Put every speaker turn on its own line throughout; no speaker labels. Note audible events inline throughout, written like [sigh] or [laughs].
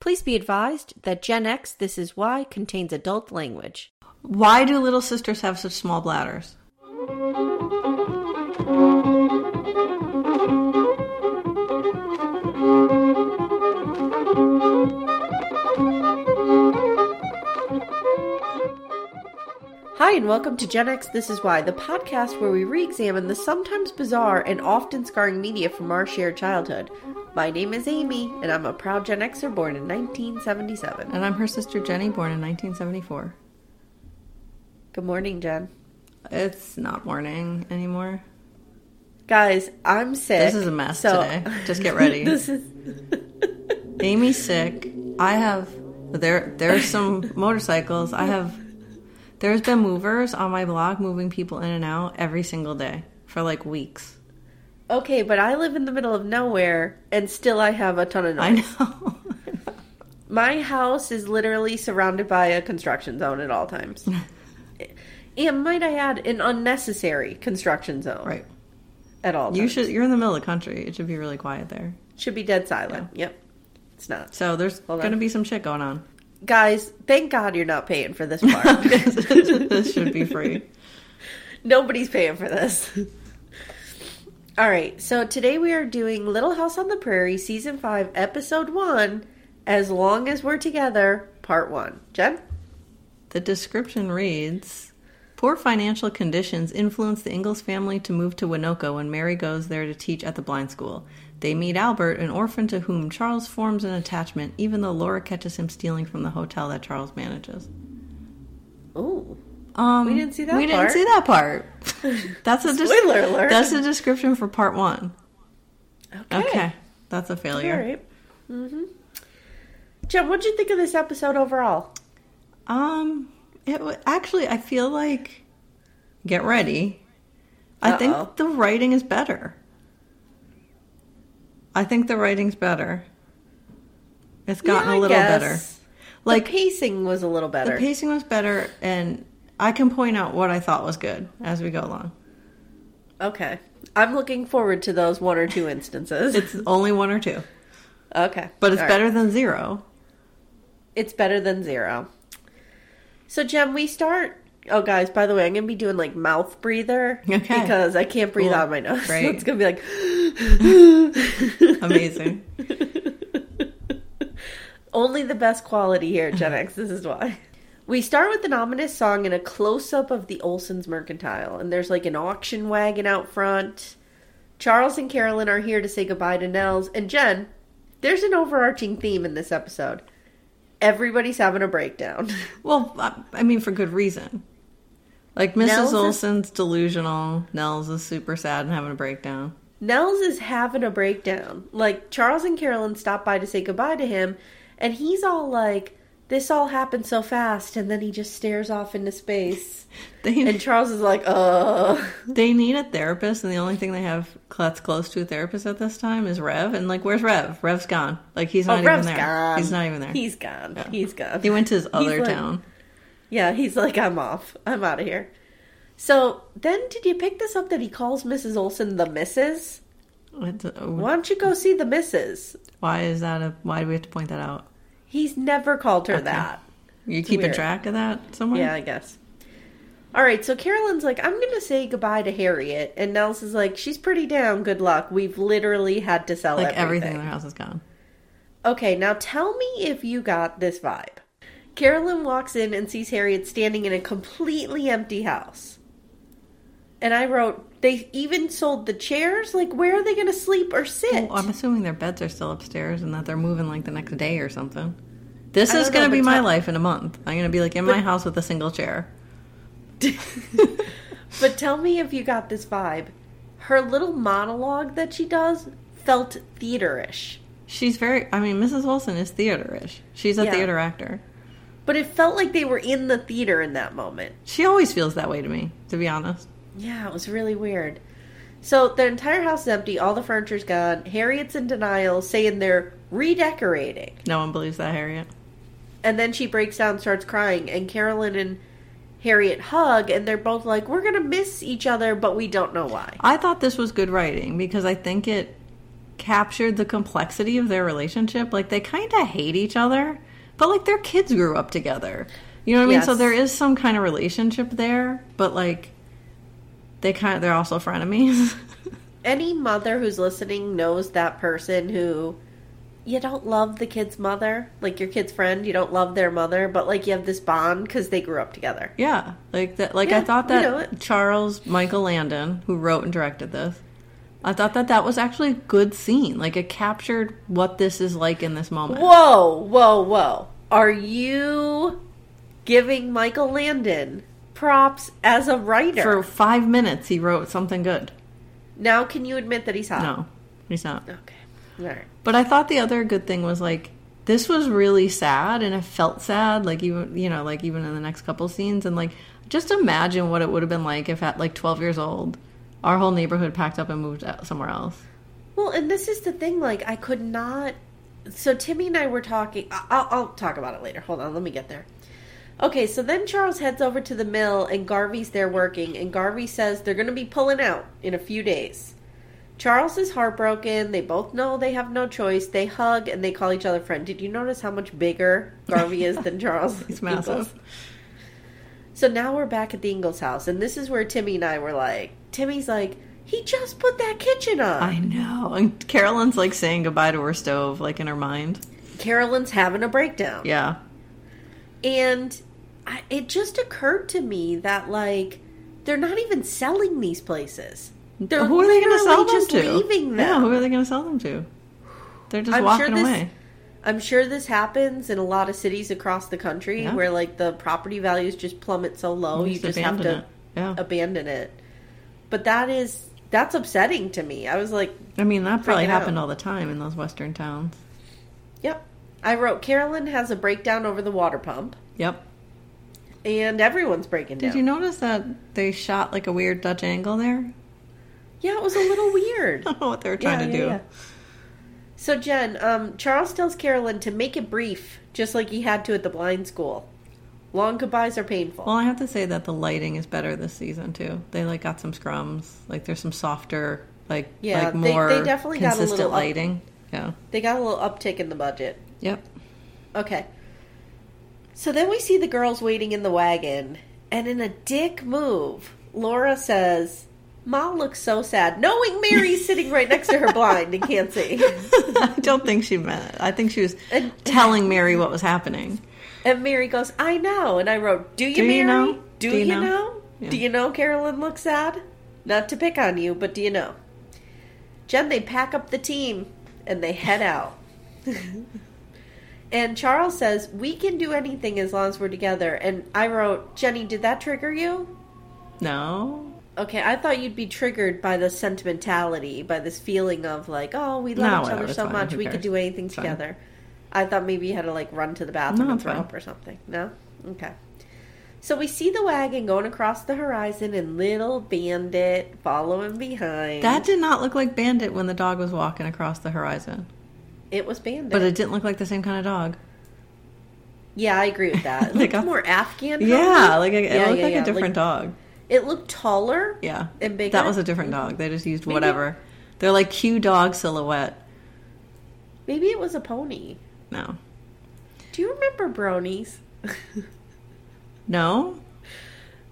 Please be advised that Gen X This Is Why contains adult language.
Why do little sisters have such small bladders?
Hi, and welcome to Gen X This Is Why, the podcast where we re examine the sometimes bizarre and often scarring media from our shared childhood. My name is Amy, and I'm a proud Gen Xer born in 1977.
And I'm her sister Jenny, born in 1974.
Good morning, Jen.
It's not morning anymore.
Guys, I'm sick.
This is a mess today.
[laughs]
Just get ready.
this is.
Amy's sick. I have there. There's
[laughs]
some motorcycles. I have. There's been movers on my block moving people in and out every single day for like weeks.
Okay, but I live in the middle of nowhere, and still I have a ton of noise.
I know. [laughs]
My house is literally surrounded by a construction zone at all
[laughs]
times. and might I add, an unnecessary construction zone
right.
at all times.
You should. You're in the middle of the country. It should be really quiet there.
Should be dead silent. Yep. It's not.
So there's
Hold on.
gonna be some shit going on.
Guys, thank God you're not paying for this part.
[laughs] this should
[laughs]
be free.
Nobody's paying for this. [laughs] All right, so today we are doing Little House on the Prairie Season 5, Episode 1, As Long as We're Together, Part 1. Jen?
The description reads Poor financial conditions influence the Ingalls family to move to Winoka when Mary goes there to teach at the blind school. They meet Albert, an orphan to whom Charles forms an attachment, even though Laura catches him stealing from the hotel that Charles manages.
Ooh.
Um,
We didn't see that
We
part.
didn't see
[laughs]
that part. That's a des-
Spoiler alert.
That's a description for part one.
Okay.
Okay, that's a failure.
All Mm-hmm. Jen, what'd you think of this episode overall?
Um, it w- actually, I feel like get ready. I
Uh-oh.
think the writing is better. I think the writing's better. It's gotten
Yeah, I
a little
guess.
better.
Like
Like
pacing was a little better.
the pacing was better, and I can point out what I thought was good as we go along.
okay. I'm looking forward to those one or two instances.
It's only one or two,
[laughs] okay.
but it's
All right.
better than
[laughs]
zero.
It's better than zero. So, Jem, we start. Oh, guys, by the way, I'm going to be doing like mouth breather
Okay.
because I can't breathe
Cool.
out of my nose. [laughs] So
Great.
it's going to be like,
Amazing.
Only the best quality here at Gen X. This is why. We start with an ominous song and a close up of the Olsen's mercantile. And there's like an auction wagon out front. Charles and Carolyn are here to say goodbye to Nels. And Jen, there's an overarching theme in this episode everybody's having a breakdown. [laughs]
Well, I- I mean, for good reason. Like Mrs.
Nels is-
Olson's delusional. Nels is super sad and having a breakdown.
Nels is having a breakdown. Like, Charles and Carolyn stop by to say goodbye to him. And he's all like, this all happened so fast. And then he just stares off into space.
They
And Charles is like, uh.
they need a therapist, and the only thing they have that's close to a therapist at this time is Rev. And like, where's Rev? Rev's gone. Like he's not
Oh,
even
Rev's
there.
gone.
He's not even there.
He's gone. He's gone.
he went to his other
like-
town.
Yeah, he's like, I'm off. I'm out of here. So then, did you pick this up that he calls Mrs. Olson the Mrs.?
What the-
Why don't you go see the Mrs.?
Why is that? A, why do we have to point that out?
He's never called her that.
You keeping
weird.
track of that somewhere?
Yeah, I guess. All right, so Carolyn's like, I'm going to say goodbye to Harriet. And Nels is like, she's pretty down. Good luck. We've literally had to sell
Like everything in
everything.
their house is gone.
Okay, now tell me if you got this vibe. Carolyn walks in and sees Harriet standing in a completely empty house. And I wrote, they even sold the chairs? Like, where are they going to sleep or sit?
Well, Oh, I'm assuming their beds are still upstairs and that they're moving like the next day or something. This
I
is
don't
going to
know,
be
but
my
tell-
life in a month. I'm going to be like in my house with a single chair.
but tell me if you got this vibe. Her little monologue that she does felt theaterish.
She's very, I mean, Mrs. Wilson is theaterish. She's a
Yeah.
theater actor.
But it felt like they were in the theater in that moment.
She always feels that way to me, to be honest.
Yeah, it was really weird. So the entire house is empty, all the furniture's gone. Harriet's in denial, saying they're redecorating.
No one believes that, Harriet.
And then she breaks down, starts crying, and Carolyn and Harriet hug, and they're both like, We're gonna miss each other, but we don't know why.
I thought this was good writing because I think it captured the complexity of their relationship. Like they kind of hate each other, but like their kids grew up together. You know what I mean? So
Yes.
there is some kind of relationship there, but like they kind of they're also frenemies. [laughs]
Any mother who's listening knows that person who you don't love the kid's mother, like your kid's friend, you don't love their mother, but like you have this bond because they grew up together.
yeah, like that. Like I
Yeah,
thought
we know
that
it.
Charles Michael Landon, who wrote and directed this. I thought that that was actually a good scene. Like it captured what this is like in this moment.
Whoa, whoa, whoa. Are you giving Michael Landon props as a writer?
For five minutes, he wrote something good.
Now, can you admit that he's hot?
No, he's not.
Okay. All right.
But I thought the other good thing was like this was really sad and it felt sad like even you know like even in the next couple scenes and like just imagine what it would have been like if at like 12 years old our whole neighborhood packed up and moved out somewhere else.
Well, and this is the thing. Like, I could not. So Timmy and I were talking. I- I'll, I'll talk about it later. Hold on, let me get there. Okay, so then Charles heads over to the mill, and Garvey's there working, and Garvey says they're going to be pulling out in a few days. Charles is heartbroken. They both know they have no choice. They hug and they call each other friend. Did you notice how much bigger Garvey is
[laughs]
than Charles?
It's massive.
[laughs] So now we're back at the Ingalls house, and this is where Timmy and I were like, Timmy's like, he just put that kitchen on.
I know. And Carolyn's like saying goodbye to her stove like in her mind.
Carolyn's having a breakdown.
Yeah.
And I, it just occurred to me that, like, they're not even selling these places. They're
who are they going to sell
literally
them
just
to?
leaving them.
Yeah, who are they going to sell them to? They're just
I'm sure
walking
this-
away.
I'm sure this happens in a lot of cities across the country
Yeah.
where, like, the property values just plummet so low,
You
Oh, you,
just
just have
abandon
to
it. Yeah.
abandon it. But that is, that's upsetting to me. I was like,
I mean, that probably
freaking out.
happened all the time in those western towns.
yep. I wrote, Carolyn has a breakdown over the water pump,
Yep.
and everyone's breaking
Did
down.
you notice that they shot like a weird Dutch angle there? [laughs]
Yeah, it was a little weird.
I don't know what they were trying to do.
So Jen, um, Charles tells Carolyn to make it brief, just like he had to at the blind school. Long goodbyes are painful.
Well, I have to say that the lighting is better this season too. They like got some scrums. Like there's some softer, like
Yeah,
like
they-
more
they definitely got a
consistent
little up-
lighting. Yeah.
they got a little uptick in the budget.
Yep. [laughs]
Okay. So then we see the girls waiting in the wagon, and in a dick move, Laura says, "Ma looks so sad, knowing Mary's sitting right next to her blind and can't see."
I don't think she meant it. I think she was telling Mary what was happening.
And Mary goes, "I know." And I wrote, "Do you,
Do
Mary?
you know?
Do, you know?
Yeah.
Do you know Carolyn looks sad? Not to pick on you, but do you know?" Jen, they pack up the team and they head [laughs] out. and Charles says, "We can do anything as long as we're together." And I wrote, "Jenny, did that trigger you?"
No.
Okay, I thought you'd be triggered by the sentimentality, by this feeling of like, "Oh, we
No,
love each
whatever,
other
it's
so
fine,
much,
who
we could
cares?
do anything
It's fine.
together." I thought maybe you had to like run to the bathroom
No,
and
it's
throw
fine.
up or something. No? Okay. So we see the wagon going across the horizon and little Bandit following behind.
That did not look like Bandit when the dog was walking across the horizon.
it was Bandit.
But it didn't look like the same kind of dog.
yeah, I agree with
[laughs]
that. It
They
looked
got-
more Afghan.
Yeah,
probably.
like it, it
Yeah,
looked
yeah,
like
yeah,
a different dog.
It looked taller.
Yeah.
And bigger.
That was a different dog. They just used whatever. They're like cue dog silhouette.
Maybe it was a pony.
No.
[laughs] Do you remember bronies?
No?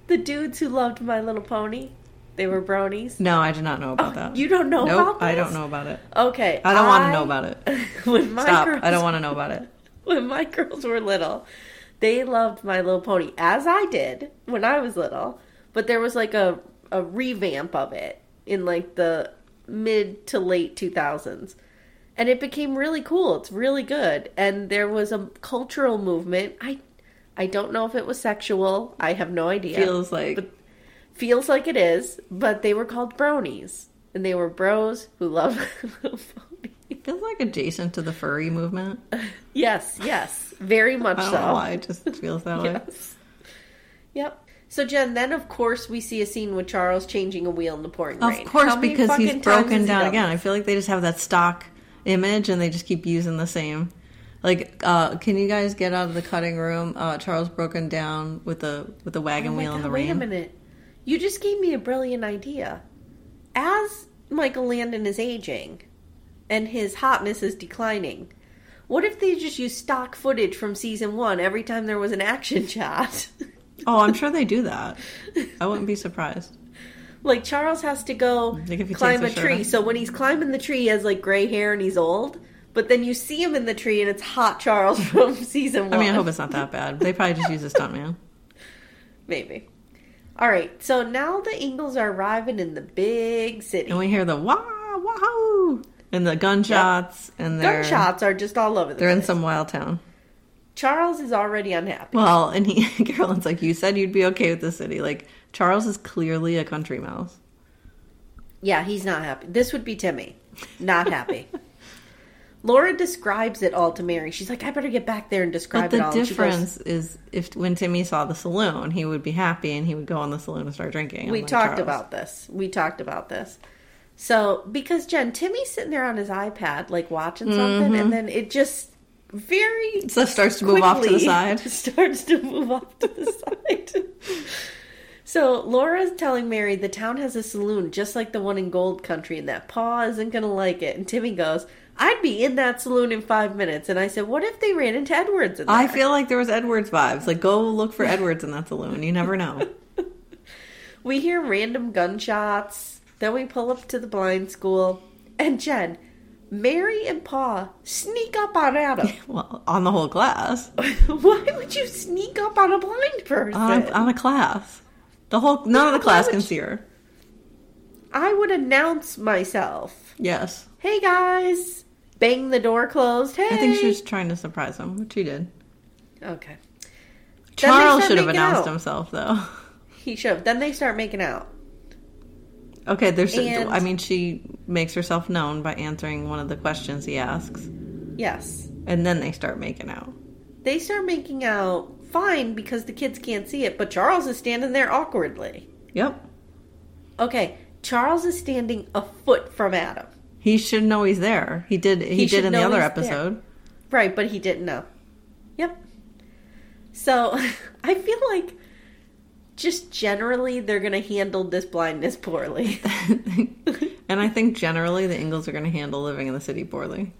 The dudes who loved My Little Pony, they were bronies.
No, I do not know about that.
Oh, You don't know
nope,
about this?
I don't know about it.
Okay.
I don't want to
[laughs]
know about it.
it. when my
Stop.
girls,
I don't want to know about it.
[laughs] When my girls were little, they loved My Little Pony, as I did when I was little. But there was like a, a revamp of it in like the mid to late 2000s. And it became really cool. It's really good. And there was a cultural movement. I I don't know if it was sexual. I have no idea
Feels like
feels like it is, but they were called bronies, and they were bros who love [laughs] little pony.
feels like adjacent to the furry movement. I
Yes, yes, very much
don't
so.
know why. It just feels that way.
Yes. [laughs] Yep. So Jen, then of course we see a scene with Charles changing a wheel in the pouring
Of
rain.
course,
How many
because
fucking
he's
times has
broken
he
down
done
again. I
this?
feel like they just have that stock image and they just keep using the same. Like, uh, can you guys get out of the cutting room? Uh, Charles broken down with the with the wagon
Oh my
wheel in
God,
the
wait
rain.
a minute. You just gave me a brilliant idea. As Michael Landon is aging and his hotness is declining, what if they just use stock footage from season one every time there was an action [laughs] shot?
Oh, I'm sure they do that. I wouldn't be surprised.
Like Charles has to go
Like, if he
climb a
takes a
tree.
shirt off.
So when he's climbing the tree, he has like gray hair and he's old. But then you see him in the tree, and it's hot Charles [laughs] from season one.
I mean, I hope it's not that bad. They probably just use a stuntman.
maybe. All right. So now the Ingles are arriving in the big city.
And we hear the wah wahoo and the gunshots and they're
Gunshots are just all over the
They're
place.
in some wild town.
Charles is already unhappy.
Well, and he [laughs] Carolyn's like, you said you'd be okay with the city. Like Charles is clearly a country mouse.
Yeah, he's not happy. This would be Timmy. Not
[laughs]
happy. Laura describes it all to Mary. She's like, I better get back there and describe
But the
it all. And she goes,
difference is if when Timmy saw the saloon, he would be happy and he would go in the saloon and start drinking.
we
unlike
talked
Charles.
about this. We talked about this. So because Jen Timmy's sitting there on his iPad, like watching something, and then it just very
Mm-hmm. So it starts to move off to the
quickly [laughs]
side.
Starts to move off to the side. [laughs] So Laura's telling Mary the town has a saloon just like the one in Gold Country, and that Pa isn't gonna like it. And Timmy goes, "I'd be in that saloon in five minutes." And I said, "What if they ran into Edwards?" In there?
I feel like there was Edwards vibes. Like go look for Edwards in that saloon. You never know. [laughs]
We hear random gunshots. Then we pull up to the blind school. And Jen, Mary, and Pa sneak up on Adam. [laughs]
well, on the whole class,
Why would you sneak up on a blind person?
on a, on a class, the whole none of the class can see her.
I would announce myself.
Yes,
Hey guys! Bang the door closed. Hey!
I think she was trying to surprise him, which she did.
Okay. Then they
Charles
start
should have
making
announced
out.
himself though. [laughs]
He should have. Then they start making out.
Okay, there's.
And-
I mean, she makes herself known by answering one of the questions he asks,
Yes.
and then they start making out.
They start making out fine because the kids can't see it, but Charles is standing there awkwardly.
Yep,
Okay, Charles is standing a foot from Adam.
he should know he's there. He did. He,
should
did in the
know
other
he's there.
episode.
Right, but he didn't know. Yep. So [laughs] I feel like just generally they're going to handle this blindness poorly. [laughs]
and I think generally the Ingalls are going to handle living in the city poorly.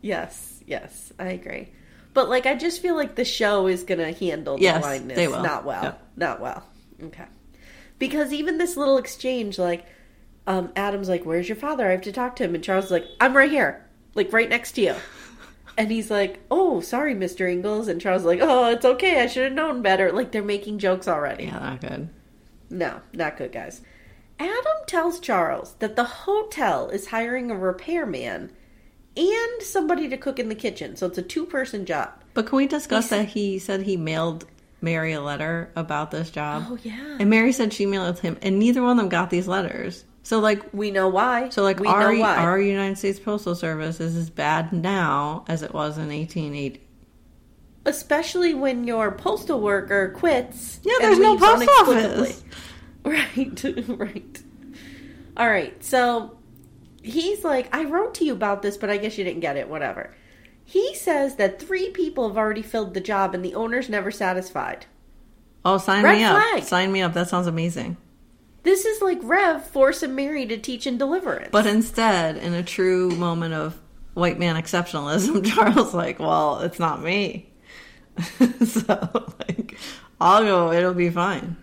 yes, yes, I agree. But like I just feel like the show is going to handle the
Yes,
blindness
they will.
not well.
Yeah.
Not well. Okay. Because even this little exchange like um, Adam's like, "Where's your father? I have to talk to him." And Charles is like, "I'm right here. Like right next
[laughs]
to you." And he's like, "Oh, sorry, Mr. Ingles." And Charles is like, "Oh, it's okay. I should have known better." Like they're making jokes already.
Yeah, not good.
No, not good, guys. Adam tells Charles that the hotel is hiring a repairman and somebody to cook in the kitchen, so it's a two-person job.
But can we discuss that he said he mailed Mary a letter about this job?
Oh, yeah.
And Mary said she mailed him, and neither one of them got these letters. So like,
We know why.
so like,
we
our
know why.
our United States Postal Service is as bad now as it was in 1880.
especially when your postal worker quits.
Yeah,
and
there's no
leaves
post
unexplicably.
office.
[laughs] Right, [laughs] right. All right, so he's like, I wrote to you about this, but I guess you didn't get it, whatever. He says that three people have already filled the job and the owner's never satisfied.
Oh, sign
Red
me
flag.
up! Sign me up. That sounds amazing.
This is like Rev forcing Mary to teach in deliverance.
But instead, in a true moment of white man exceptionalism, [laughs] Charles like, well, it's not [laughs] me. so like, I'll go. It'll be fine.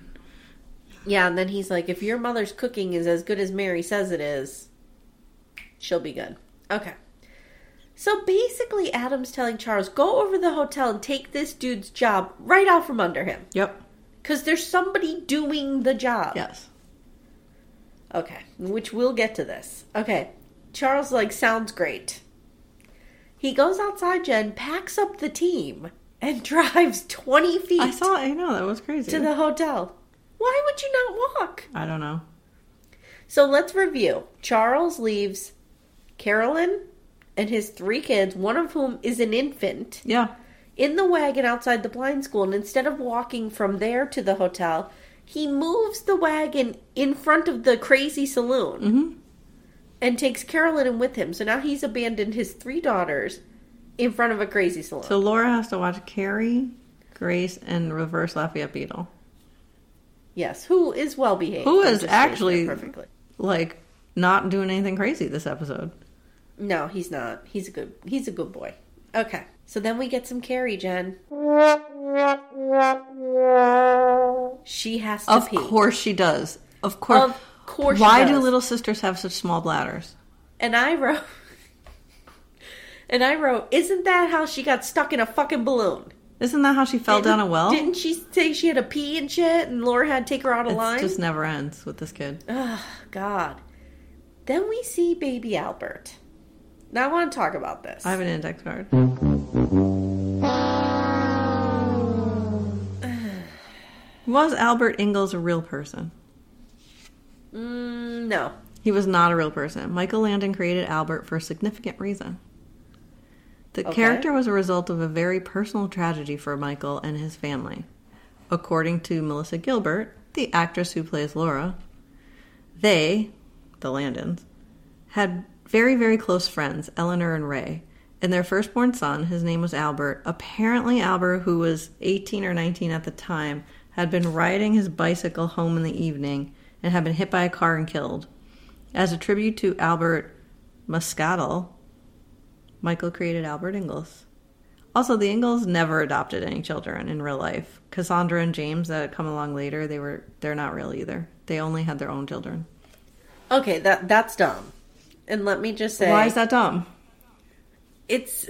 Yeah, and then he's like, if your mother's cooking is as good as Mary says it is, she'll be good. Okay. So basically, Adam's telling Charles, go over to the hotel and take this dude's job right out from under him.
Yep.
Because there's somebody doing the job.
Yes.
Okay, which we'll get to this. Okay, Charles like sounds great. He goes outside, Jen packs up the team and [laughs] drives twenty feet
I saw. I know that was crazy.
to the hotel. Why would you not walk?
I don't know.
So let's review. Charles leaves Carolyn and his three kids, one of whom is an infant,
Yeah.
in the wagon outside the blind school. And instead of walking from there to the hotel, he moves the wagon in front of the crazy saloon
Mm-hmm.
and takes Carolyn in with him. So now he's abandoned his three daughters in front of a crazy saloon.
So Laura has to watch Carrie, Grace, and Reverse Lafayette Beetle.
yes, who is well behaved?
Who
I'm
is
just saying
actually-
that perfectly?
Like not doing anything crazy this episode.
No, he's not. He's a good. He's a good boy. Okay. So then we get some Carrie, Jen. She has to
Of
pee.
course she does. Of course.
Of course she
Why do
does.
little sisters have such small bladders?
And I wrote. and I wrote, isn't that how she got stuck in a fucking balloon?
Isn't that how she fell down a well?
Didn't she say she had a pee and shit, and Laura had to take her out of line?
It just never ends with this kid.
God. Then we see baby Albert. Now I want to talk about this.
I have an
[sighs]
index card. Was Albert Ingalls a real person?
Mm, no.
He was not a real person. Michael Landon created Albert for a significant reason. The
Okay.
character was a result of a very personal tragedy for Michael and his family. According to Melissa Gilbert, the actress who plays Laura, they, the Landons, had very, very close friends, Eleanor and Ray, and their firstborn son, his name was Albert. Apparently, Albert, who was 18 or 19 at the time, had been riding his bicycle home in the evening and had been hit by a car and killed. As a tribute to Albert Muscatel, Michael created Albert Ingalls. Also, the Ingalls never adopted any children in real life. Cassandra and James that had come along later, they were they're not real either. They only had their own children.
Okay, that that's dumb. And let me just say,
Why is that dumb?
it's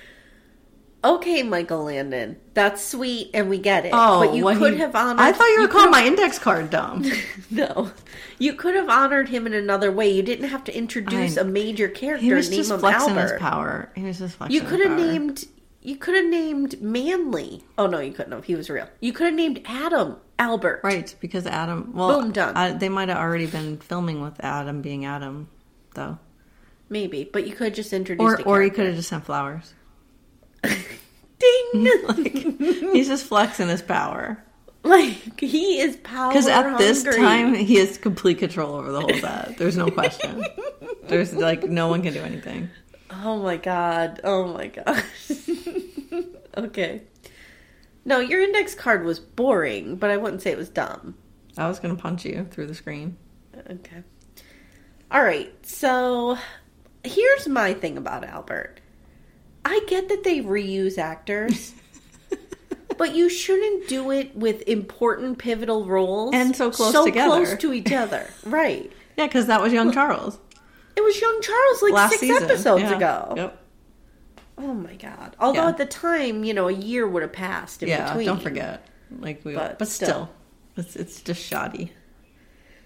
[laughs] okay, Michael Landon. That's sweet, and we get it. but you
well,
could
Oh, he-
have honored.
I thought you were
could
calling
have-
my index card dumb.
[laughs] No, you could have honored him in another way. You didn't have to introduce
I-
a major character.
he was
and name
just
him
flexing his
Albert.
power. He was just flexing.
You
his
could have
power.
named. You could have named Manly. Oh no, you couldn't have. He was real. You could have named Adam Albert.
right because Adam. Well,
Boom, done.
I- they might have already been filming with Adam being Adam, though,
Maybe, but you could have just introduce.
or or he could have just sent flowers.
Ding. [laughs]
He's just flexing his power
like he
[laughs]
is power.
because at this
Oh, hungry.
time he has complete control over the whole set. There's
[laughs]
no question. There's like no one can do anything.
Oh my god. Oh my gosh. [laughs] okay. No, your index card was boring, but I wouldn't say it was dumb.
I was gonna punch you through the screen.
Okay. All right. So here's my thing about Albert. I get that they reuse actors,
[laughs]
but you shouldn't do it with important pivotal roles
And so close
so
together.
close to each
[laughs]
other. right.
Yeah, because that was young Charles
It was young Charles like
last
six
season.
episodes
Yeah.
ago.
Yep.
Oh my god. Although
Yeah.
at the time, you know, a year would have passed in
yeah,
between.
don't forget. Like we,
But
but, still,
still.
it's it's just shoddy.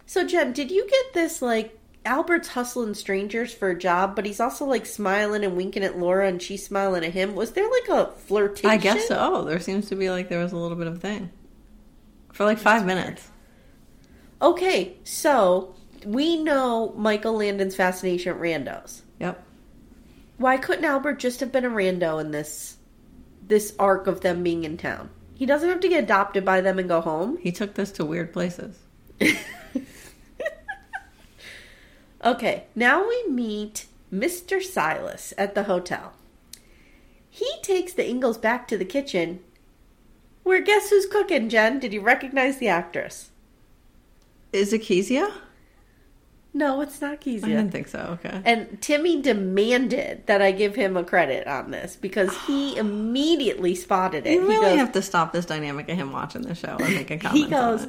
So Jen, did you get this like Albert's hustling strangers for a job, but he's also like smiling and winking at Laura and she's smiling at him? Was there like a flirtation?
I guess so. There seems to be like there was a little bit of thing for like five minutes.
Okay, so we know Michael Landon's fascination at randos.
Yep.
Why couldn't Albert just have been a rando in this this arc of them being in town? He doesn't have to get adopted by them and go home.
He took this to weird places.
Okay, now we meet Mr. Silas at the hotel. He takes the Ingalls back to the kitchen, where guess who's cooking, Jen? Did you recognize the actress?
Is it Kezia?
No, it's not
I didn't
Kezia.
think so. Okay.
And Timmy demanded that I give him a credit on this because
[gasps]
he immediately spotted it.
You
he
really
goes, [laughs]
have to stop this dynamic of him watching the show and making comments.
he goes,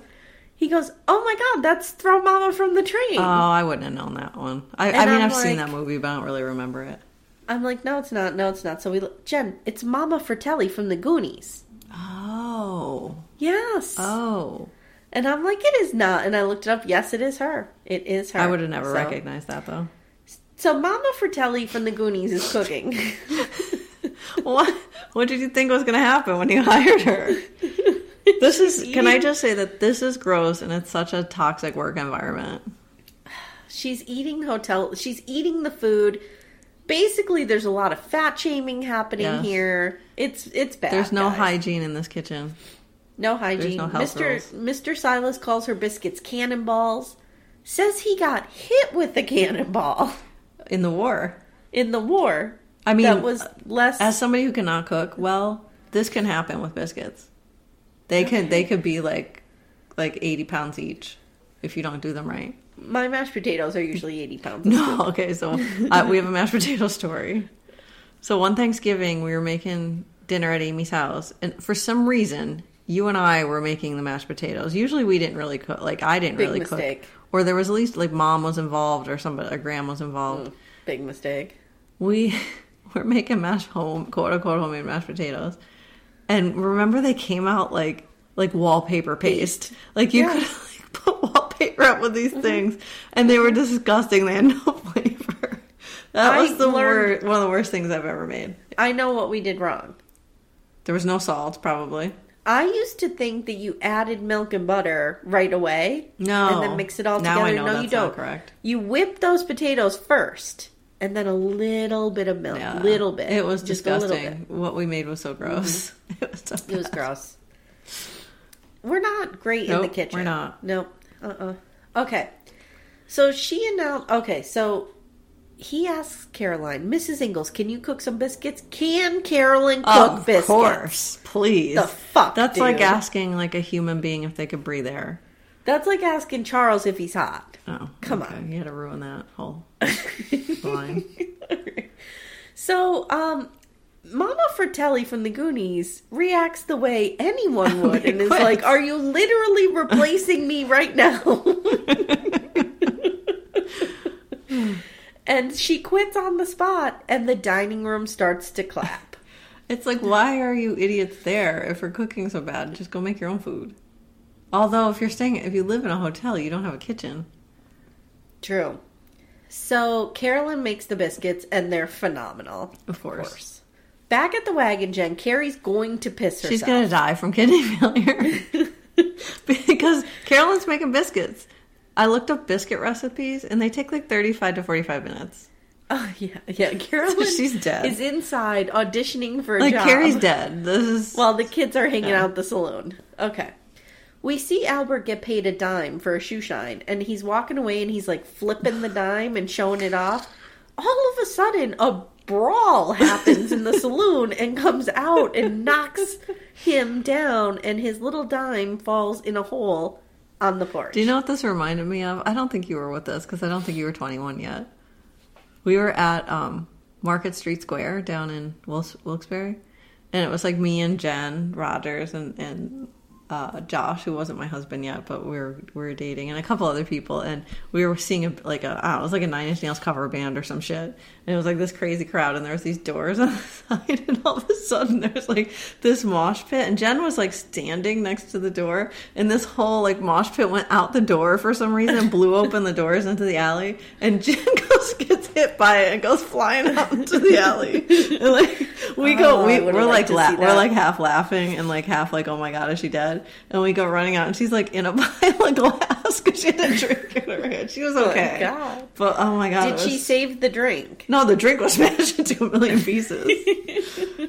He goes, "Oh my God, that's Throw Mama from the Train."
Oh, I wouldn't have known that one. I, I
And
mean,
I'm
I've seen
like-
that movie, but I don't really remember it.
I'm like, "No, it's not. No, it's not." So we, look- Jen, it's Mama Fratelli from the Goonies.
Oh,
Yes.
oh,
And I'm like, "It is not." And I looked it up. Yes, it is her. It is her.
I would have never
So-
recognized that though.
[laughs] So Mama Fratelli from the Goonies is cooking.
[laughs] what what did you think was going to happen when you [laughs] hired her? This is can I just say that this is gross and it's such a toxic work environment.
[laughs] she's eating hotel. She's eating the food. Basically, there's a lot of fat shaming happening
Yes.
here. It's it's bad.
There's no
guys.
hygiene in this kitchen.
No hygiene.
no health
Mr.
rules.
Mr. Silas calls her biscuits cannonballs. Says he got hit with a cannonball [laughs]
In the war.
in the war.
I mean,
that was less.
As somebody who cannot cook, well, this can happen with biscuits. They could they could be like like 80 pounds each if you don't do them right.
my mashed potatoes are usually eighty pounds.
No, okay, so
[laughs]
uh, we have a mashed potato story. So one Thanksgiving, we were making dinner at Amy's house, and for some reason, you and I were making the mashed potatoes. Usually, we didn't really cook. Like I didn't
Big
really
mistake.
cook, or there was at least like mom was involved, or somebody, or grandma was
Mm.
involved.
Big mistake.
We [laughs] were making mashed home, quote unquote, homemade mashed potatoes, and remember they came out like like wallpaper paste. Like you
Yeah. Mm-hmm.
could [laughs] like put wallpaper up with these things, and they were disgusting. They had no [laughs] flavor. That
I
was the
learned-
wor- one of the worst things I've ever made.
I know what we did wrong.
There was no salt, probably.
I used to think that you added milk and butter right away.
No.
And then mix it all
Now
together.
I know
no, you
that's
don't.
not correct.
You whip those potatoes first and then a little bit of milk. A
Yeah.
little bit.
Uh, It was
Just a little
disgusting. What we made was so gross. [laughs] It was. So
bit. It was
bad.
gross. We're not great in the
Nope,
kitchen.
we're not.
No. Uh uh Okay. So she announced. Okay, so he asks Caroline, Mrs. Ingalls, can you cook some biscuits? Can Carolyn cook
[laughs] of
biscuits?
course, please.
The fuck,
That's like
dude.
asking like a human being if they could breathe air.
That's like asking Charles if he's hot.
Oh,
Come
okay.
on.
You had to ruin that [laughs] whole line.
So, um, Mama Fratelli from the Goonies reacts the way
[laughs] Oh
anyone would and is
quit.
like, Are you literally replacing me right now?
[laughs]
and she quits on the spot, and the dining room starts to clap.
It's like, why are you idiots there if we're cooking so bad? Just go make your own food. Although, if you're staying, if you live in a hotel, you don't have a kitchen.
True. So, Carolyn makes the biscuits, and they're phenomenal.
Of course.
Back at the wagon, Jen, Carrie's going to piss herself.
She's gonna die from kidney [laughs] failure
[laughs]
because Carolyn's making biscuits. I looked up biscuit recipes, and they take like 35 to 45 minutes.
Oh yeah,
[laughs]
yeah. Carolyn,
She's dead.
Is inside auditioning for a
Like
job.
Carrie's dead. This is
While the kids are hanging out at the saloon. Okay. We see Albert get paid a dime for a shoe shine, and he's walking away, and he's like flipping the dime and showing it off. All of a sudden, a brawl happens in the saloon, and comes out and knocks him down, and his little dime falls in a hole on the porch.
Do you know what this reminded me of? I don't think you were with us because I don't think you were 21 yet. We were at um, Market Street Square down in Wilkes- Wilkes-Barre, and it was like me and Jen Rogers and and uh, Josh, who wasn't my husband yet, but we were we were dating, and a couple other people, and we were seeing a like a I don't know, it was like a Nine Inch Nails cover band or some shit, and it was like this crazy crowd, and there was these doors on the [laughs] side, and all of a sudden there was like this mosh pit, and Jen was like standing next to the door, and this whole like mosh pit went out the door for some reason, and blew open the doors into the alley, and Jen [laughs] goes gets hit by it and goes flying out into the alley, [laughs] and like we go
Oh, I
we,
would've
we're
liked
like
to
la-
see
we're
that.
like half laughing and like half like, oh my god, is she dead? And we go running out, and she's like in a [laughs] pile of glass because she had a drink in her hand. She was okay,
Oh God.
but oh my god,
Did
it
she
was-
save the drink?
No, the drink was [laughs] smashed into a
[laughs]
million pieces.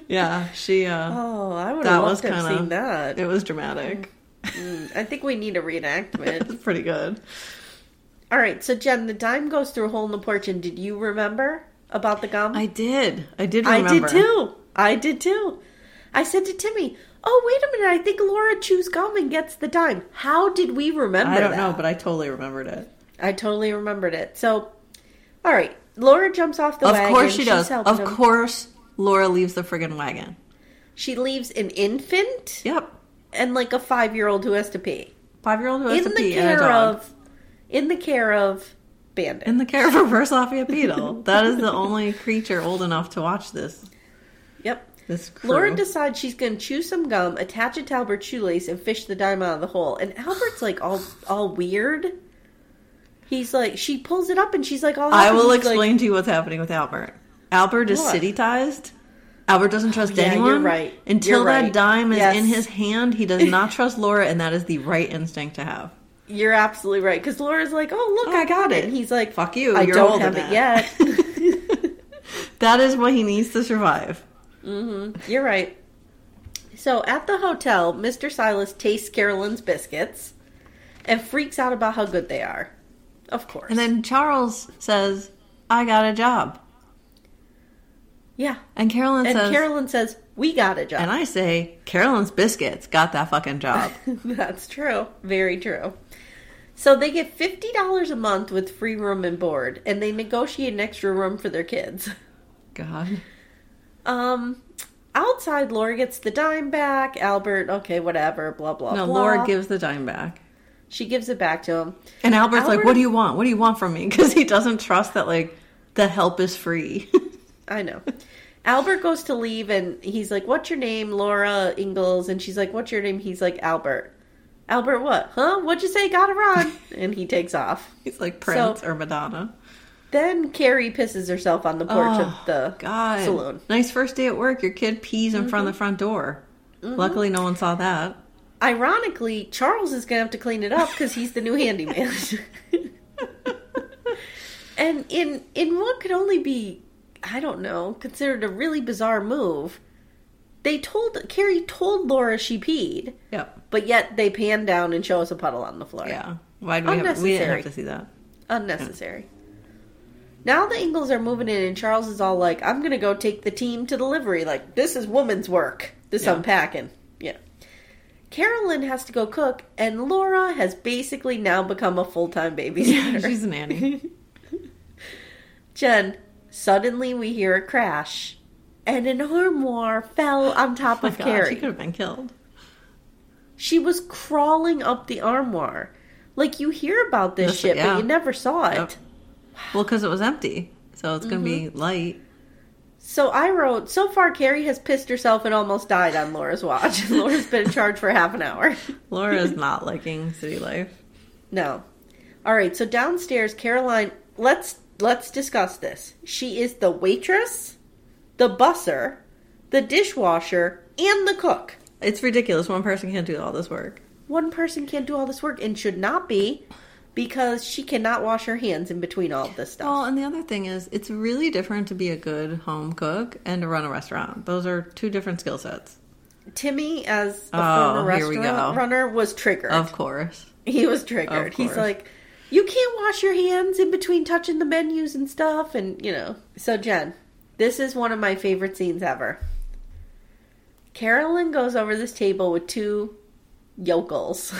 yeah, she. uh
Oh, I would
That
have
was
loved to have
kind
seen that.
of. It was dramatic.
I think we need a
It [laughs]
reenactment.
was pretty good.
All right, so Jen, the dime goes through a hole in the porch, and did you remember about the gum?
I did. I did.
I
Remember.
did too. I did too. I said to Timmy, "Oh, wait a minute! I think Laura chews gum and gets the dime. How did we remember?"
I don't
that?
know, but I totally remembered it.
I totally remembered it. So, all right, Laura jumps off the
Of
wagon.
course she
She's
does.
helping
Of
him.
course, Laura leaves the friggin' wagon.
she leaves an infant
Yep.
and like a five-year-old who has to pee.
Five year old who has
in
to
the
pee and a
care
dog.
of, in the care of Bandit.
In the care of a Versafia
[laughs]
beetle. that is the only creature old enough to watch this.
yep.
This crew.
Lauren decides she's going to chew some gum, attach it to Albert's shoelace, and fish the dime out of the hole. And Albert's like all all weird. He's like, she pulls it up, and she's like, all
I
happy.
will
He's like,
explain to you what's happening with Albert. Albert is
What? Oh,
citytized. Albert doesn't trust
yeah,
anyone.
you're right.
Until
You're
that
right.
dime is
Yes.
in his hand, he does
[laughs]
not trust Laura, and that is the right instinct to have.
You're absolutely right. Because Laura's like, oh look,
Oh,
I got
got
it.
it.
And he's like,
Fuck you,
I
you're
don't
older
have
than
it
[laughs]
yet.
That is what he needs to survive.
you're right. So at the hotel, Mr. Silas tastes Carolyn's biscuits and freaks out about how good they are. Of course.
And then Charles says, I got a job.
yeah.
And Carolyn
And
says,
Carolyn says, we got a job.
and I say, Carolyn's biscuits got that
[laughs]
fucking job.
That's true. Very true. So they get $50 a month with free room and board, and they negotiate an extra room for their kids. [laughs]
God.
Um, outside, Laura gets the dime back. Albert, okay, whatever, blah, blah,
No,
blah.
Laura gives the dime back.
She gives it back to him.
And Albert's like,
Albert-
what do you want? What do you want from me? [laughs] Because he doesn't trust that, like, the help is free. [laughs]
I know. Albert goes to leave, and he's like, what's your name, Laura Ingalls? And she's like, what's your name? He's like, Albert. Albert, what? Huh? What'd you say? Gotta run. And he takes off.
He's like Prince or Madonna.
Then Carrie pisses herself on the porch
Oh,
of the
God. Mm-hmm.
saloon.
Nice first day at work. Your kid pees in front of the front door. Luckily, no one saw that.
Ironically, Charles is going to have to clean it up because he's the new [laughs] handyman. and in in what could only be, I don't know, considered a really bizarre move, they told Carrie told Laura she peed,
Yep.
but yet they pan down and show us a puddle on the floor.
Yeah. Why do we have? We didn't
Unnecessary.
have to see that.
unnecessary. Now the Ingalls are moving in, and Charles is all like, "I'm gonna go take the team to delivery. Like this is woman's work. This
Yeah.
unpacking." Yeah. Carolyn has to go cook, and Laura has basically now become a full
[laughs]
time babysitter.
She's a nanny. [laughs]
Jen, suddenly we hear a crash, and an armoire fell on top
Oh My
of
God, she
Carrie.
could have been killed.
She was crawling up the armoire. Like you hear about this
This-
shit,
yeah.
but you never saw it.
Yep. Well, because it was empty, so it's gonna be light.
So I wrote, so far Carrie has pissed herself and almost died on Laura's watch. [laughs] Laura's been in charge for half an hour. [laughs]
Laura's not liking city life.
No. All right, so downstairs Caroline, let's let's discuss this. She is the waitress, the busser, the dishwasher, and the cook.
It's ridiculous. One person can't do all this work.
One person can't do all this work and should not be because she cannot wash her hands in between all of this stuff.
Well, and the other thing is, it's really different to be a good home cook and to run a restaurant. Those are two different skill sets.
Timmy as a
Oh,
former
here we go.
restaurant runner was triggered.
Of course.
He was triggered.
Of
He's
course.
like, you can't wash your hands in between touching the menus and stuff. And, you know. So, Jen, this is one of my favorite scenes ever. Carolyn goes over this table with two yokels.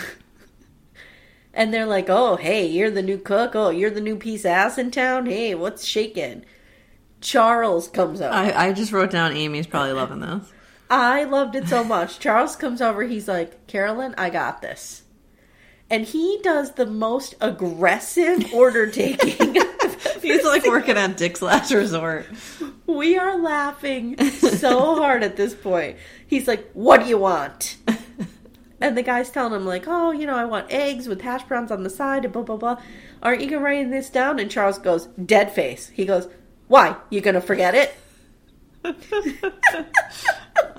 [laughs] and they're like, oh, hey, you're the new cook. Oh, you're the new piece of ass in town. Hey, what's shaking? Charles comes over.
I, I just wrote down Amy's probably loving this.
[laughs] I loved it so much. Charles comes over. He's like, Carolyn, I got this. And he does the most aggressive order taking.
He's like [laughs] working at Dick's
[laughs]
Last Resort.
we are laughing so hard at this point. He's like, What do you want? And the guy's telling him, like, Oh, you know, I want eggs with hash browns on the side and blah, blah, blah. Aren't you writing this down? And Charles goes, Dead face. He goes, Why? You going to forget it?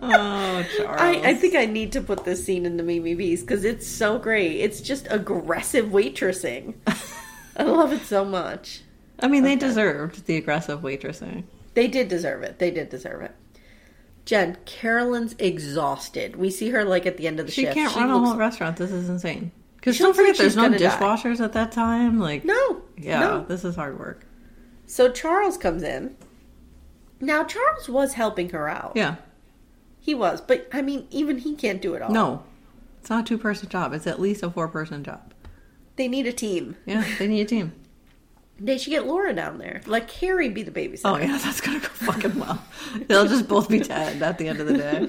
Oh, Charles.
I, I think I need to put this scene in the Mimi Bees because it's so great. It's just aggressive
[laughs]
waitressing. I love it so much.
I mean, they deserved the aggressive waitressing.
They did deserve it. They did deserve it. Jen, Carolyn's exhausted. We see her like at the end of the
She
shift.
can't run a
looks-
whole restaurant. This is insane. Because
She
don't
looks like
forget, there's
she's
no
gonna die.
dishwashers at that time. Like,
No.
yeah,
No.
this is hard work.
So Charles comes in. Now Charles was helping her out.
Yeah,
He was, but I mean, even he can't do it all.
no, it's not a two-person job. It's at least a four-person job.
They need a team.
Yeah, they need a team.
They should get Laura down there. Let Carrie be the babysitter.
Oh yeah, [laughs] that's gonna
[laughs]
go fucking well. They'll just both be dead at the end of the day.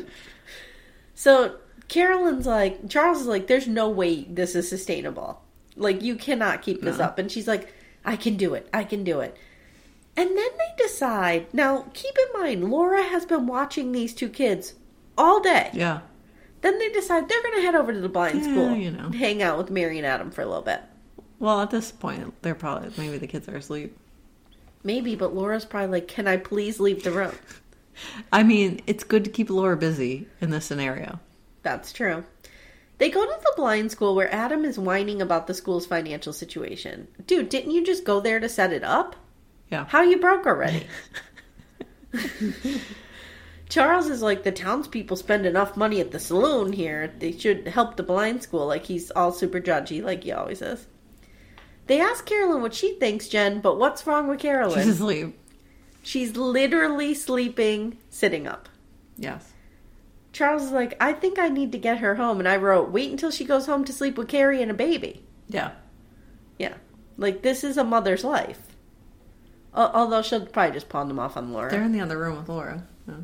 So Carolyn's like, Charles is like, there's no way this is sustainable. Like, you cannot keep this up. And she's like, I can do it. I can do it. And then they decide. Now, keep in mind, Laura has been watching these two kids all day.
Yeah.
Then they decide they're going to head over to the blind
Yeah,
school
you know.
and hang out with Mary and Adam for a little bit.
Well, at this point, they're probably maybe the kids are asleep.
Maybe, but Laura's probably like, can I please leave the room?
I mean, it's good to keep Laura busy in this scenario.
That's true. They go to the blind school where Adam is whining about the school's financial situation. Dude, didn't you just go there to set it up?
Yeah.
How you broke already? Charles is like the townspeople spend enough money at the saloon here. They should help the blind school. Like he's all super judgy, like he always is. They ask Carolyn what she thinks, Jen. But what's wrong with Carolyn?
She's [laughs] asleep.
She's literally sleeping, sitting up.
Yes.
Charles is like, I think I need to get her home. And I wrote, wait until she goes home to sleep with Carrie and a baby.
Yeah.
Yeah. Like, this is a mother's life. Al although she'll probably just pawn them off on Laura.
They're in the other room with Laura. Yeah.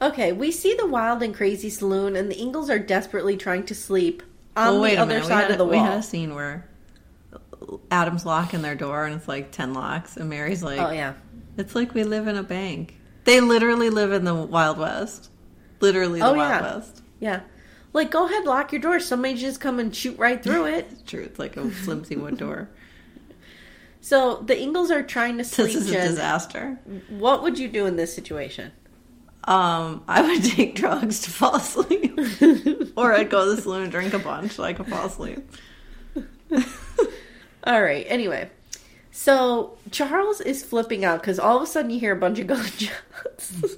Okay, we see the wild and crazy saloon, and the Ingalls are desperately trying to sleep on
Well, wait
the
a
other
minute.
side
we had
of the
a,
wall.
We had a scene where Adam's locking their door and it's like 10 locks, and Mary's like,
oh, yeah.
It's like we live in a bank. They literally live in the Wild West. Literally the
Oh,
Wild
yeah.
West.
Yeah. Like, go ahead, lock your door. Somebody just come and shoot right
[laughs]
through it.
It's true. It's like a flimsy wood door.
So the Ingalls are trying to sleep.
[laughs] This is a
Jen.
disaster.
What would you do in this situation?
Um, I would take drugs to fall asleep, [laughs] or I'd go to the saloon and drink a bunch so I could fall asleep.
All right. Anyway, so Charles is flipping out because all of a sudden you hear a bunch of [laughs] gunshots,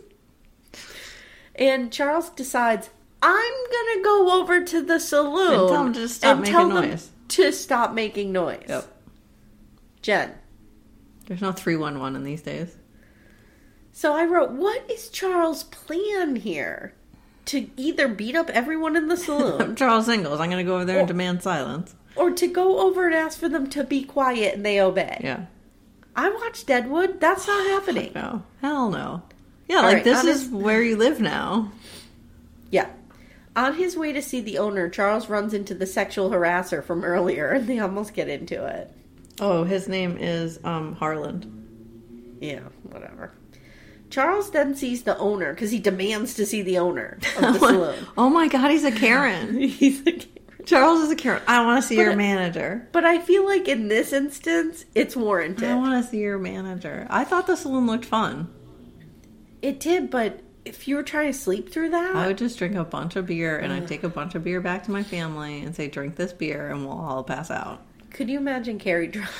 and Charles decides I'm gonna go over to the saloon
And tell 'em to just stop
and tell
making
them
noise."
To stop making noise. Jen.
There's no three one one in these days. [laughs]
So I wrote, what is Charles' plan here? To either beat up everyone in the
I'm [laughs]
saloon
Charles Ingalls. I'm gonna go over there and demand silence.
or to go over and ask for them to be quiet and they obey.
Yeah.
I watched Deadwood. That's not happening.
No. Hell no. Yeah,
All
like
right,
this
honest-
is where you live now.
Yeah. On his way to see the owner, Charles runs into the sexual harasser from earlier and they almost get into it.
Oh, his name is um Harland.
Yeah, whatever. Charles then sees the owner because he demands to see the owner
[laughs]
of [laughs] the saloon.
Oh my god, he's a
[laughs]
Karen.
He's like,
Charles is a Karen. I want to see your
But-
manager.
but I feel like in this instance, it's
I
warranted.
want to see your manager. I thought the saloon looked fun.
it did, but if you were trying to sleep through that,
I would just drink a bunch of beer and I'd take a bunch of beer back to my family and say, drink this beer and we'll all pass out.
could you imagine Carrie drunk?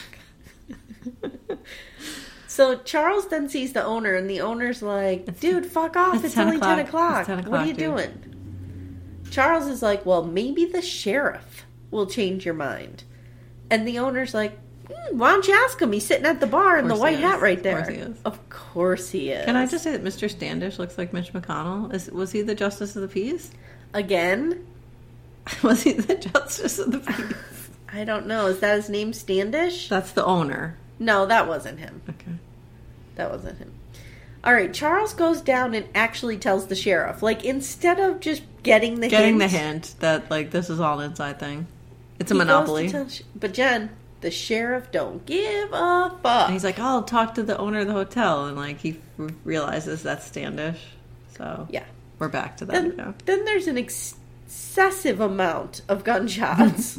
so Charles then sees the owner and the owner's like, dude, fuck off. It's,
it's 10
only 10
o'clock.
o'clock.
It's 10
What are you
o'clock, dude."
doing? Charles is like, well, maybe the sheriff will change your mind. And the owner's like, "Hmm, why don't you ask him? He's sitting at the bar in the
course he
white
is.
hat right
Of
there.
course he is.
Of course he is.
Can I just say that Mr. Standish looks like Mitch McConnell? Is, was he the Justice of the [laughs] Peace?
Again?
was he the Justice of the Peace?
I don't know. Is that his name Standish?
That's the owner.
No, that wasn't him.
Okay.
That wasn't him. All right, Charles goes down and actually tells the sheriff. Like instead of just getting the
Getting
hint,
the hint that, like, this is all an inside thing. It's a
he goes to
monopoly.
tell sh- but Jen, the sheriff don't give a fuck.
And he's like, I'll talk to the owner of the hotel. And, like, he r- realizes that's Standish. So,
yeah.
We're back to that.
Then,
now.
then there's an ex- excessive amount of
[laughs]
gunshots. [laughs]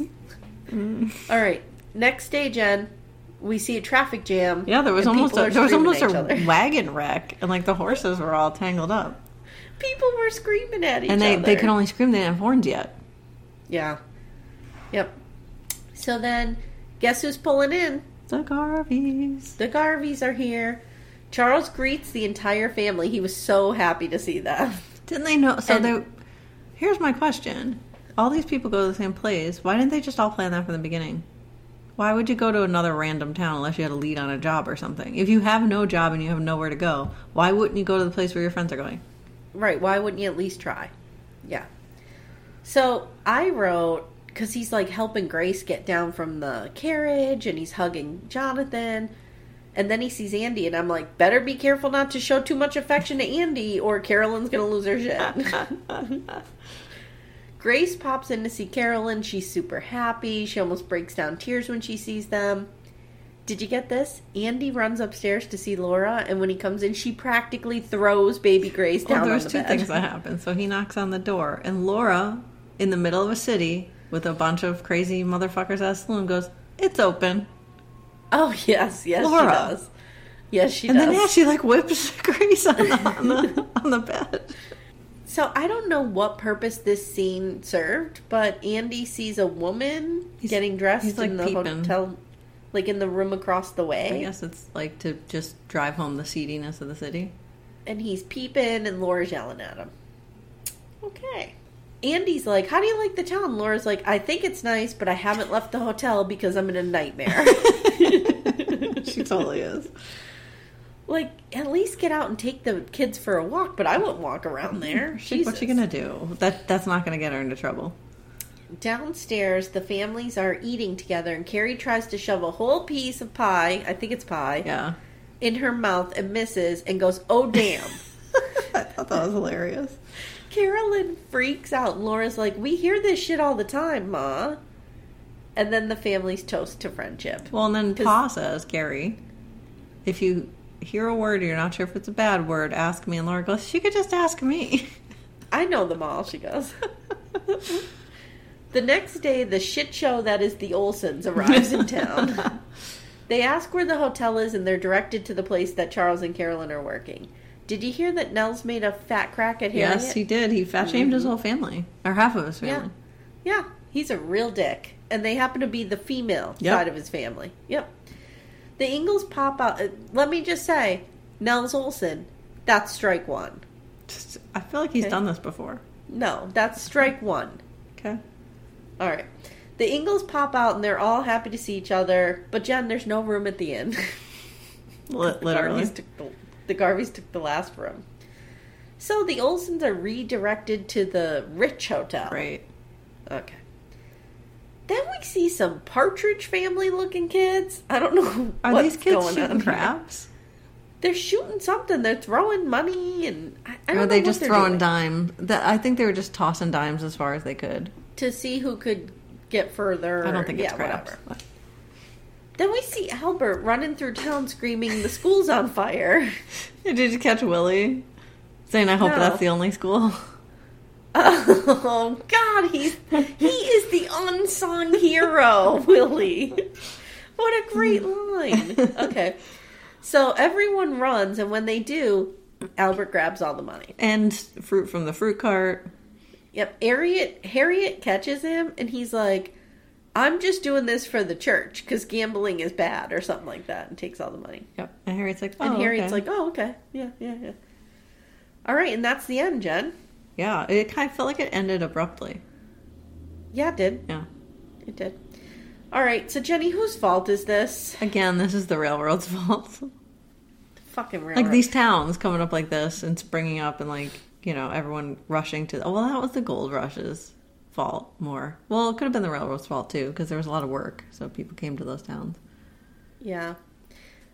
All right, next day, Jen, we see a traffic jam.
Yeah, there was
and
almost
people
a,
are
there was
screaming
almost
at
a
each other.
wagon wreck, and like the horses were all tangled up,
[laughs] people were screaming at each
and they
other.
they could only scream. They didn't have horns yet.
yeah, yep. So then, guess who's pulling in?
The Garveys.
The Garveys are here. Charles greets the entire family. He was so happy to see them. [laughs]
Didn't they know? So
And-
they. Here's my question: All these people go to the same place. Why didn't they just all plan that from the beginning? Why would you go to another random town unless you had a lead on a job or something? If you have no job and you have nowhere to go, why wouldn't you go to the place where your friends are going?
Right, why wouldn't you at least try? Yeah. So I wrote, because he's like helping Grace get down from the carriage and he's hugging Jonathan. And then he sees Andy, and I'm like, better be careful not to show too much affection to Andy, or Carolyn's going to lose her shit. [laughs] Grace pops in to see Carolyn. She's super happy. She almost breaks down tears when she sees them. Did you get this? Andy runs upstairs to see Laura, and when he comes in, she practically throws baby Grace
Well,
down
there's
on the
two
bed.
things that happen. So he knocks on the door, and Laura, in the middle of a city with a bunch of crazy motherfuckers at a saloon, goes, "It's open."
Oh yes, yes,
Laura.
she does. Yes, she
and
does.
then yeah, she like whips Grace on the, [laughs] on the on the bed.
So I don't know what purpose this scene served, but Andy sees a woman getting dressed
he's, like,
in the
peeping.
hotel, like in the room across the
I
way,
guess it's like to just drive home the seediness of the city.
and he's peeping, and Laura's yelling at him. Okay. Andy's like, "How do you like the town?" Laura's like, "I think it's nice, but I haven't left the hotel because I'm in a nightmare."
[laughs] [laughs] She totally is.
like, at least get out and take the kids for a walk. But I wouldn't walk around there.
She's What's she
Jesus.
gonna do? That that's not gonna get her into trouble.
Downstairs, the families are eating together, and Carrie tries to shove a whole piece of pie, I think it's pie,
Yeah,
in her mouth and misses and goes, Oh, damn.
I thought that was hilarious.
Carolyn freaks out. Laura's like, We hear this shit all the time, Ma. And then the families toast to friendship.
Well, and then
'Cause-
Pa says, Gary, if you hear a word or you're not sure if it's a bad word, ask me. And Laura goes, she could just ask me. [laughs]
I know them all, she goes. [laughs] the next day, the shit show that is the Olsons arrives in
[laughs]
town. they ask where the hotel is and they're directed to the place that Charles and Carolyn are working. Did you hear that Nell's made a fat crack at Harriet?
yes, he did. He fat shamed his whole family, or half of his
Yeah.
family.
Yeah, he's a real dick. And they happen to be the female
Yep.
side of his family. Yep. The Ingalls pop out. uh, Let me just say, Nels Olson, that's strike one.
Just, I feel like he's
Okay.
done this before.
No, that's strike one.
Okay.
All right. The Ingalls pop out and they're all happy to see each other. But Jen, there's no room at the inn.
Li- [laughs] literally.
Garveys took the, the Garveys took the last room. So the Olsons are redirected to the Rich Hotel.
Right.
Okay. Then we see some partridge family looking kids. I don't know
Are
what's
these kids
going on
shooting
here.
craps?
They're shooting something. They're throwing money and I, I
Or
don't
are
know
they
what
just
they're
throwing
doing.
dimes? That I think they were just tossing dimes as far as they could.
to see who could get further.
I don't think it's
yeah,
craps.
whatever. Then we see Albert running through town screaming, "The school's on fire!" [laughs]
Did you catch Willie saying, "I hope
No.
that's the only school"? [laughs]
Oh God, he's he is the unsung hero, [laughs] Willie. What a great line. Okay, so everyone runs, and when they do, Albert grabs all the money.
And fruit from the fruit cart.
Yep, Harriet Harriet catches him, and he's like, "I'm just doing this for the church because gambling is bad, or something like that," and takes all the money.
Yep. And Harriet's like,
And
"Oh,
Harriet's
okay."
like, "Oh, okay, yeah, yeah, yeah." All right, and that's the end, Jen.
Yeah, it kind of felt like it ended abruptly.
Yeah, it did
Yeah.
it did? All right, so Jenny, whose fault is this?
Again, this is the railroad's [laughs] fault.
fucking railroad.
like these towns coming up like this and springing up and like, you know, everyone rushing to. Oh, well, that was the gold rush's fault more. Well, it could have been the railroad's fault too because there was a lot of work, so people came to those towns.
Yeah.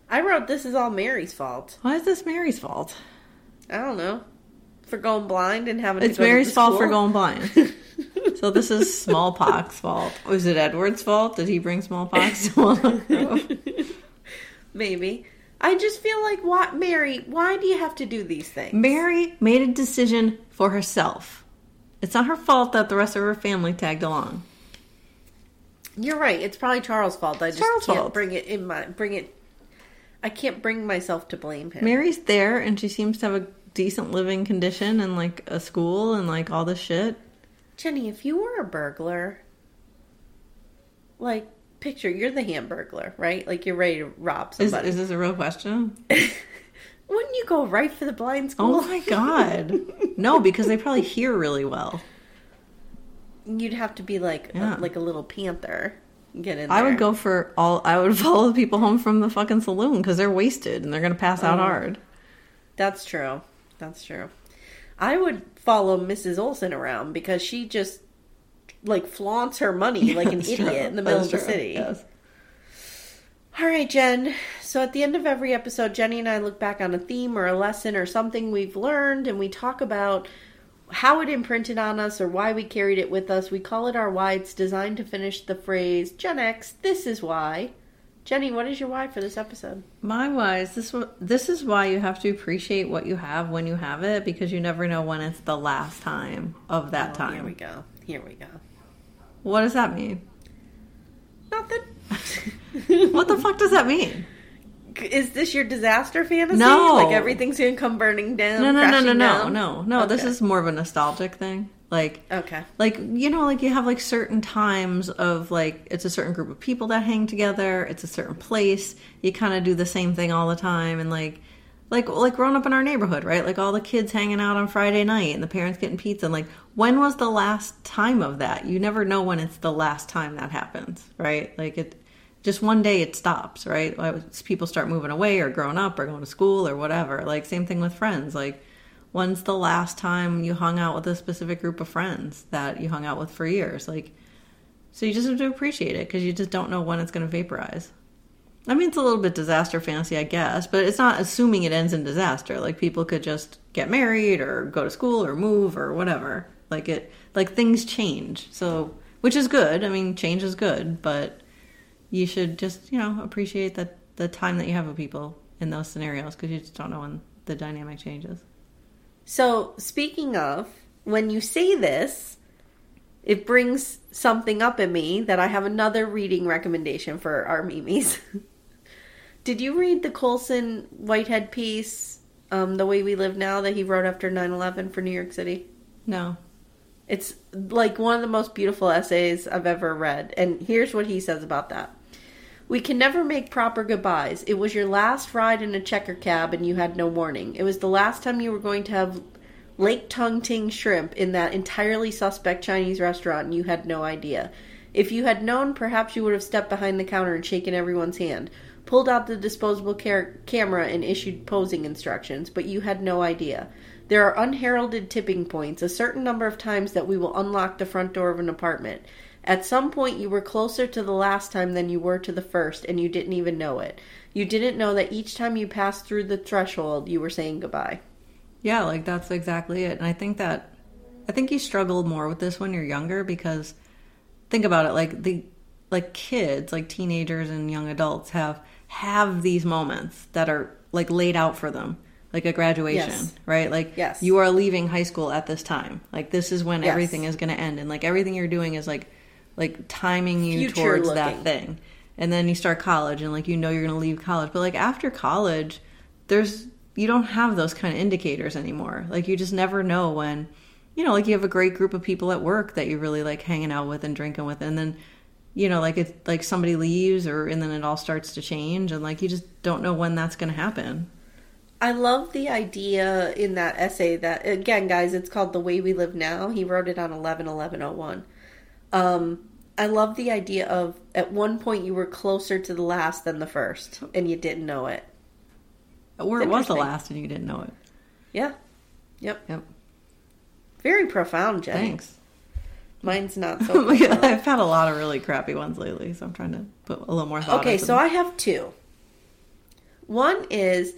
I wrote this is all Mary's fault.
Why is this Mary's fault?
I don't know. For going blind and having
It's
to go to
Mary's
the
fault for
school?
going blind.
[laughs]
so this is smallpox fault. Was it Edward's fault? Did he bring smallpox [laughs] to Walnut Grove?
Maybe. I just feel like why Mary, why do you have to do these things?
Mary made a decision for herself. It's not her fault that the rest of her family tagged along.
You're right. It's probably Charles' fault. I just
Charles'
can't
fault.
bring it in my bring it I can't bring myself to blame him.
Mary's there and she seems to have a decent living condition and like a school and like all this shit.
Jenny, if you were a burglar, like picture you're the hamburglar, right? Like you're ready to rob
Is,
somebody.
is this a
[laughs]
real question?
Wouldn't you go right for the blind school? [laughs]
Oh my god. No, because they probably hear really well.
You'd have to be like
Yeah.
a, like a little panther. and Get in.
I
there.
would go for all I would [laughs] follow the people home from the fucking saloon cuz they're wasted and they're going to pass out hard.
That's true. That's true. I would follow Mrs. Olson around because she just like flaunts her
[laughs]
money like an
That's
idiot
true.
in the middle
That's
of the
true.
city.
Yes.
All right, Jen. So at the end of every episode, Jenny and I look back on a theme or a lesson or something we've learned, and we talk about how it imprinted on us or why we carried it with us. We call it our why. It's designed to finish the phrase Gen X, this is why. Jenny, what is your why for this episode?
My wise, this wa- this is why you have to appreciate what you have when you have it because you never know when it's the last time of that
Oh, Here
time.
we go. Here we go.
What does that mean?
Nothing. [laughs]
What the fuck does that mean?
is this your disaster fantasy?
No.
Like everything's going to come burning down.
No, no, no, no,
crashing
no,
down?
no, no. This
Okay.
is more of a nostalgic thing. Like,
Okay.
like you know, like you have like certain times of like it's a certain group of people that hang together. It's a certain place. You kind of do the same thing all the time, and like, like, like growing up in our neighborhood, right? Like all the kids hanging out on Friday night, and the parents getting pizza. And like, when was the last time of that? You never know when it's the last time that happens, right? Like it. Just one day it stops, right? Like, People start moving away or growing up or going to school or whatever. Like, same thing with friends. Like, when's the last time you hung out with a specific group of friends that you hung out with for years like so you just have to appreciate it because you just don't know when it's going to vaporize i mean it's a little bit disaster fantasy i guess but it's not assuming it ends in disaster like people could just get married or go to school or move or whatever like it like things change so which is good i mean change is good but you should just you know appreciate that the time that you have with people in those scenarios because you just don't know when the dynamic changes
So, speaking of, when you say this, it brings something up in me that I have another reading recommendation for our Mimis. [laughs] Did you read the Colson Whitehead piece, um, The Way We Live Now, that he wrote after 9 11 for New York City?
no
It's like one of the most beautiful essays I've ever read. And here's what he says about that. We can never make proper goodbyes. It was your last ride in a checker cab and you had no warning. It was the last time you were going to have Lake Tung Ting shrimp in that entirely suspect Chinese restaurant and you had no idea. If you had known, perhaps you would have stepped behind the counter and shaken everyone's hand, pulled out the disposable car- camera and issued posing instructions, but you had no idea. There are unheralded tipping points, a certain number of times that we will unlock the front door of an apartment. At some point, you were closer to the last time than you were to the first, and you didn't even know it. You didn't know that each time you passed through the threshold, you were saying goodbye.
Yeah, like that's exactly it. And I think that I think you struggle more with this when you're younger because think about it like the like kids, like teenagers and young adults have have these moments that are like laid out for them, like a graduation,
Yes.
right? Like
Yes.
you are leaving high school at this time. Like this is when
Yes.
everything is going to end and like everything you're doing is like like timing you
Future
towards
looking.
that thing. And then you start college and like you know you're going to leave college, but like after college there's you don't have those kind of indicators anymore. Like you just never know when you know, like you have a great group of people at work that you really like hanging out with and drinking with and then you know, like it's like somebody leaves or and then it all starts to change and like you just don't know when that's gonna happen.
I love the idea in that essay that again, guys, it's called "The Way We Live Now." He wrote it on eleven eleven oh one. Um, I love the idea of at one point you were closer to the last than the first, and you didn't know it.
Or it was the
Interesting.
last and you didn't know it.
Yeah, yep,
Yep.
very profound, Jenny.
Thanks.
Mine's not [laughs] so.
[laughs] Oh my God,
profound.
I've had a lot of really crappy ones lately, so I'm trying to put a little more thought
Okay,
into
so
them.
I have two. One is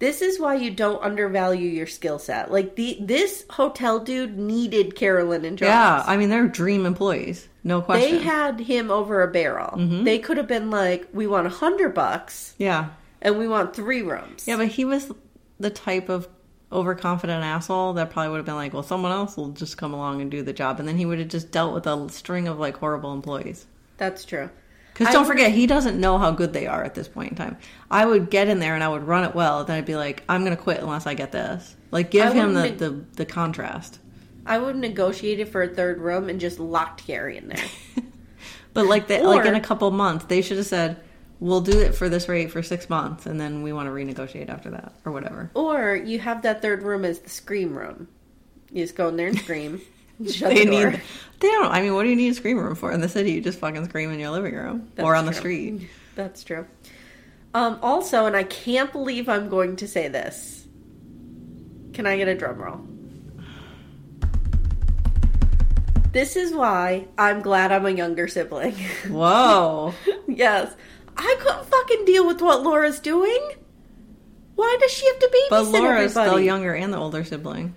this is why you don't undervalue your skill set. Like the this hotel dude needed Carolyn and Charles.
Yeah, I mean they're dream employees. No question.
They had him over a barrel.
Mm-hmm.
They could have been like, "We want a hundred bucks,
yeah.
and we want three rooms."
Yeah, but he was the type of overconfident asshole that probably would have been like, well, someone else will just come along and do the job. And then he would have just dealt with a string of like horrible employees.
that's true.
Because
I
don't
would-
forget, he doesn't know how good they are at this point in time. I would get in there and I would run it well. Then I'd be like, I'm going to quit unless I get this. Like, give
I
him the,
wouldn't-
the, the contrast.
I would have negotiated for a third room and just locked Gary in
[laughs]
there.
But like, they, like in
Or-
a couple months, they should have said, we'll do it for this rate for six months. And then we want to renegotiate after that or whatever.
or you have that third room as the scream room. You just go in there and
[laughs]
scream. shut
they
the door.
need [laughs] they don't i mean what do you need a screen room for in the city you just fucking scream in your living room or
That's
on the
true. [laughs]
street
That's true. Um, also, and I can't believe I'm going to say this. Can I get a drum roll? This is why I'm glad I'm a younger sibling.
whoa
[laughs] yes. I couldn't fucking deal with what Laura's doing. Why does she have to babysit
but laura's
everybody?
the younger and the older sibling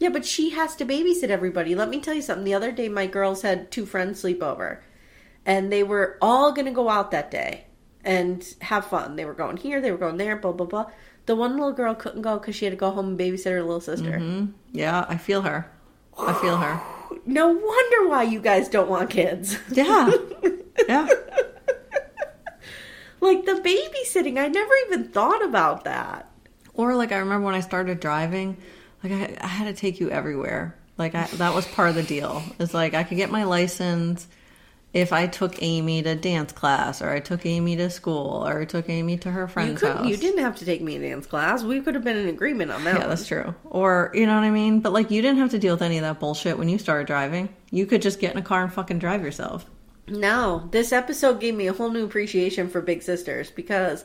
Yeah, but she has to babysit everybody. Let me tell you something. The other day, my girls had two friends sleep over, and they were all going to go out that day and have fun. They were going here, they were going there, blah, blah, blah. The one little girl couldn't go because she had to go home and babysit her little sister.
Mm-hmm. Yeah, I feel her. I
[sighs]
feel her.
No wonder why you guys don't want kids. [laughs]
Yeah. Yeah.
like the babysitting, I never even thought about that.
Or like I remember when I started driving, like I, I had to take you everywhere. Like I, that was part of the deal. It's like I could get my license if I took Amy to dance class, or I took Amy to school, or I took Amy to her
You
friend's
couldn't.
house.
You didn't have to take me to dance class. We could have been in agreement on that.
Yeah,
one.
that's true. Or you know what I mean. But like you didn't have to deal with any of that bullshit when you started driving. You could just get in a car and fucking drive yourself.
No, this episode gave me a whole new appreciation for big sisters because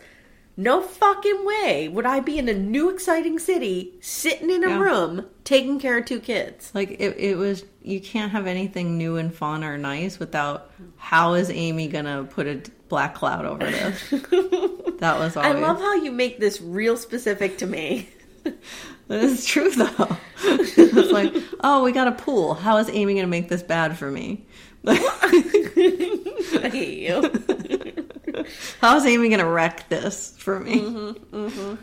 no fucking way would I be in a new exciting city sitting in a
Yeah.
room taking care of two kids.
Like it, it was. You can't have anything new and fun or nice without. How is Amy gonna put a black cloud over
[laughs]
this? that was.
I
Always,
love how you make this real specific to
[laughs]
me.
It's true though. [laughs] it's like, oh, we got a pool. How is Amy going to make this bad for me?
I hate you.
How is Amy going to wreck this for me?
Mm-hmm.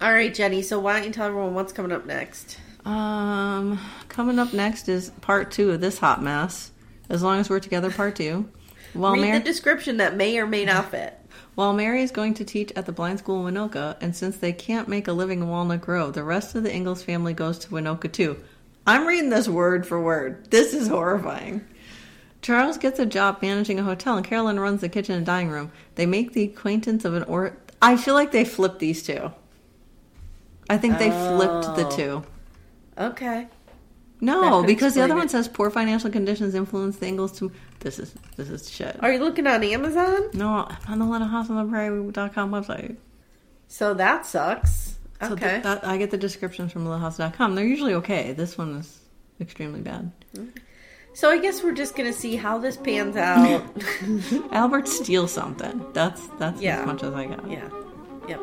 All right, Jenny, so why don't you tell everyone what's coming up next?
Um, coming up next is part two of this hot mess. As long as we're together, part two. While
Read
Mary,
the description that may or may not fit.
while Mary is going to teach at the blind school in Winoka, and since they can't make a living in Walnut Grove, the rest of the Ingalls family goes to Winoka too. I'm reading this word for word. This is horrifying. Charles gets a job managing a hotel, and Carolyn runs the kitchen and dining room. They make the acquaintance of an or. I feel like they flipped these two. I think they flipped
Oh.
the two.
Okay.
No,
could
because the other
explain
one
it.
says poor financial conditions influence the Ingalls to. This is this is shit.
Are you looking on Amazon?
No, I'm on the Little House on the Prairie.com website.
So that sucks.
So
Okay.
th- that, I get the descriptions from littlehouse.com. They're usually okay. This one is extremely bad.
so I guess we're just going to see how this pans out.
[laughs] Albert steals something. That's that's
Yeah.
as much as I got.
Yeah. Yep.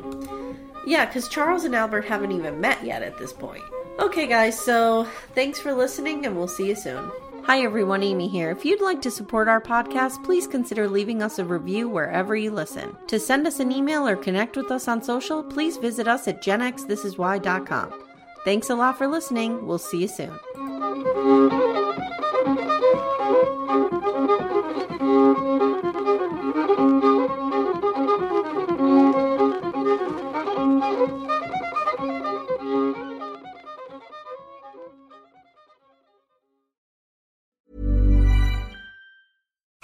Yeah, because Charles and Albert haven't even met yet at this point. Okay, guys, so thanks for listening and we'll see you soon. Hi, everyone. Amy here. If you'd like to support our podcast, please consider leaving us a review wherever you listen. To send us an email or connect with us on social, please visit us at genxthisiswhy.com. Thanks a lot for listening. We'll see you soon.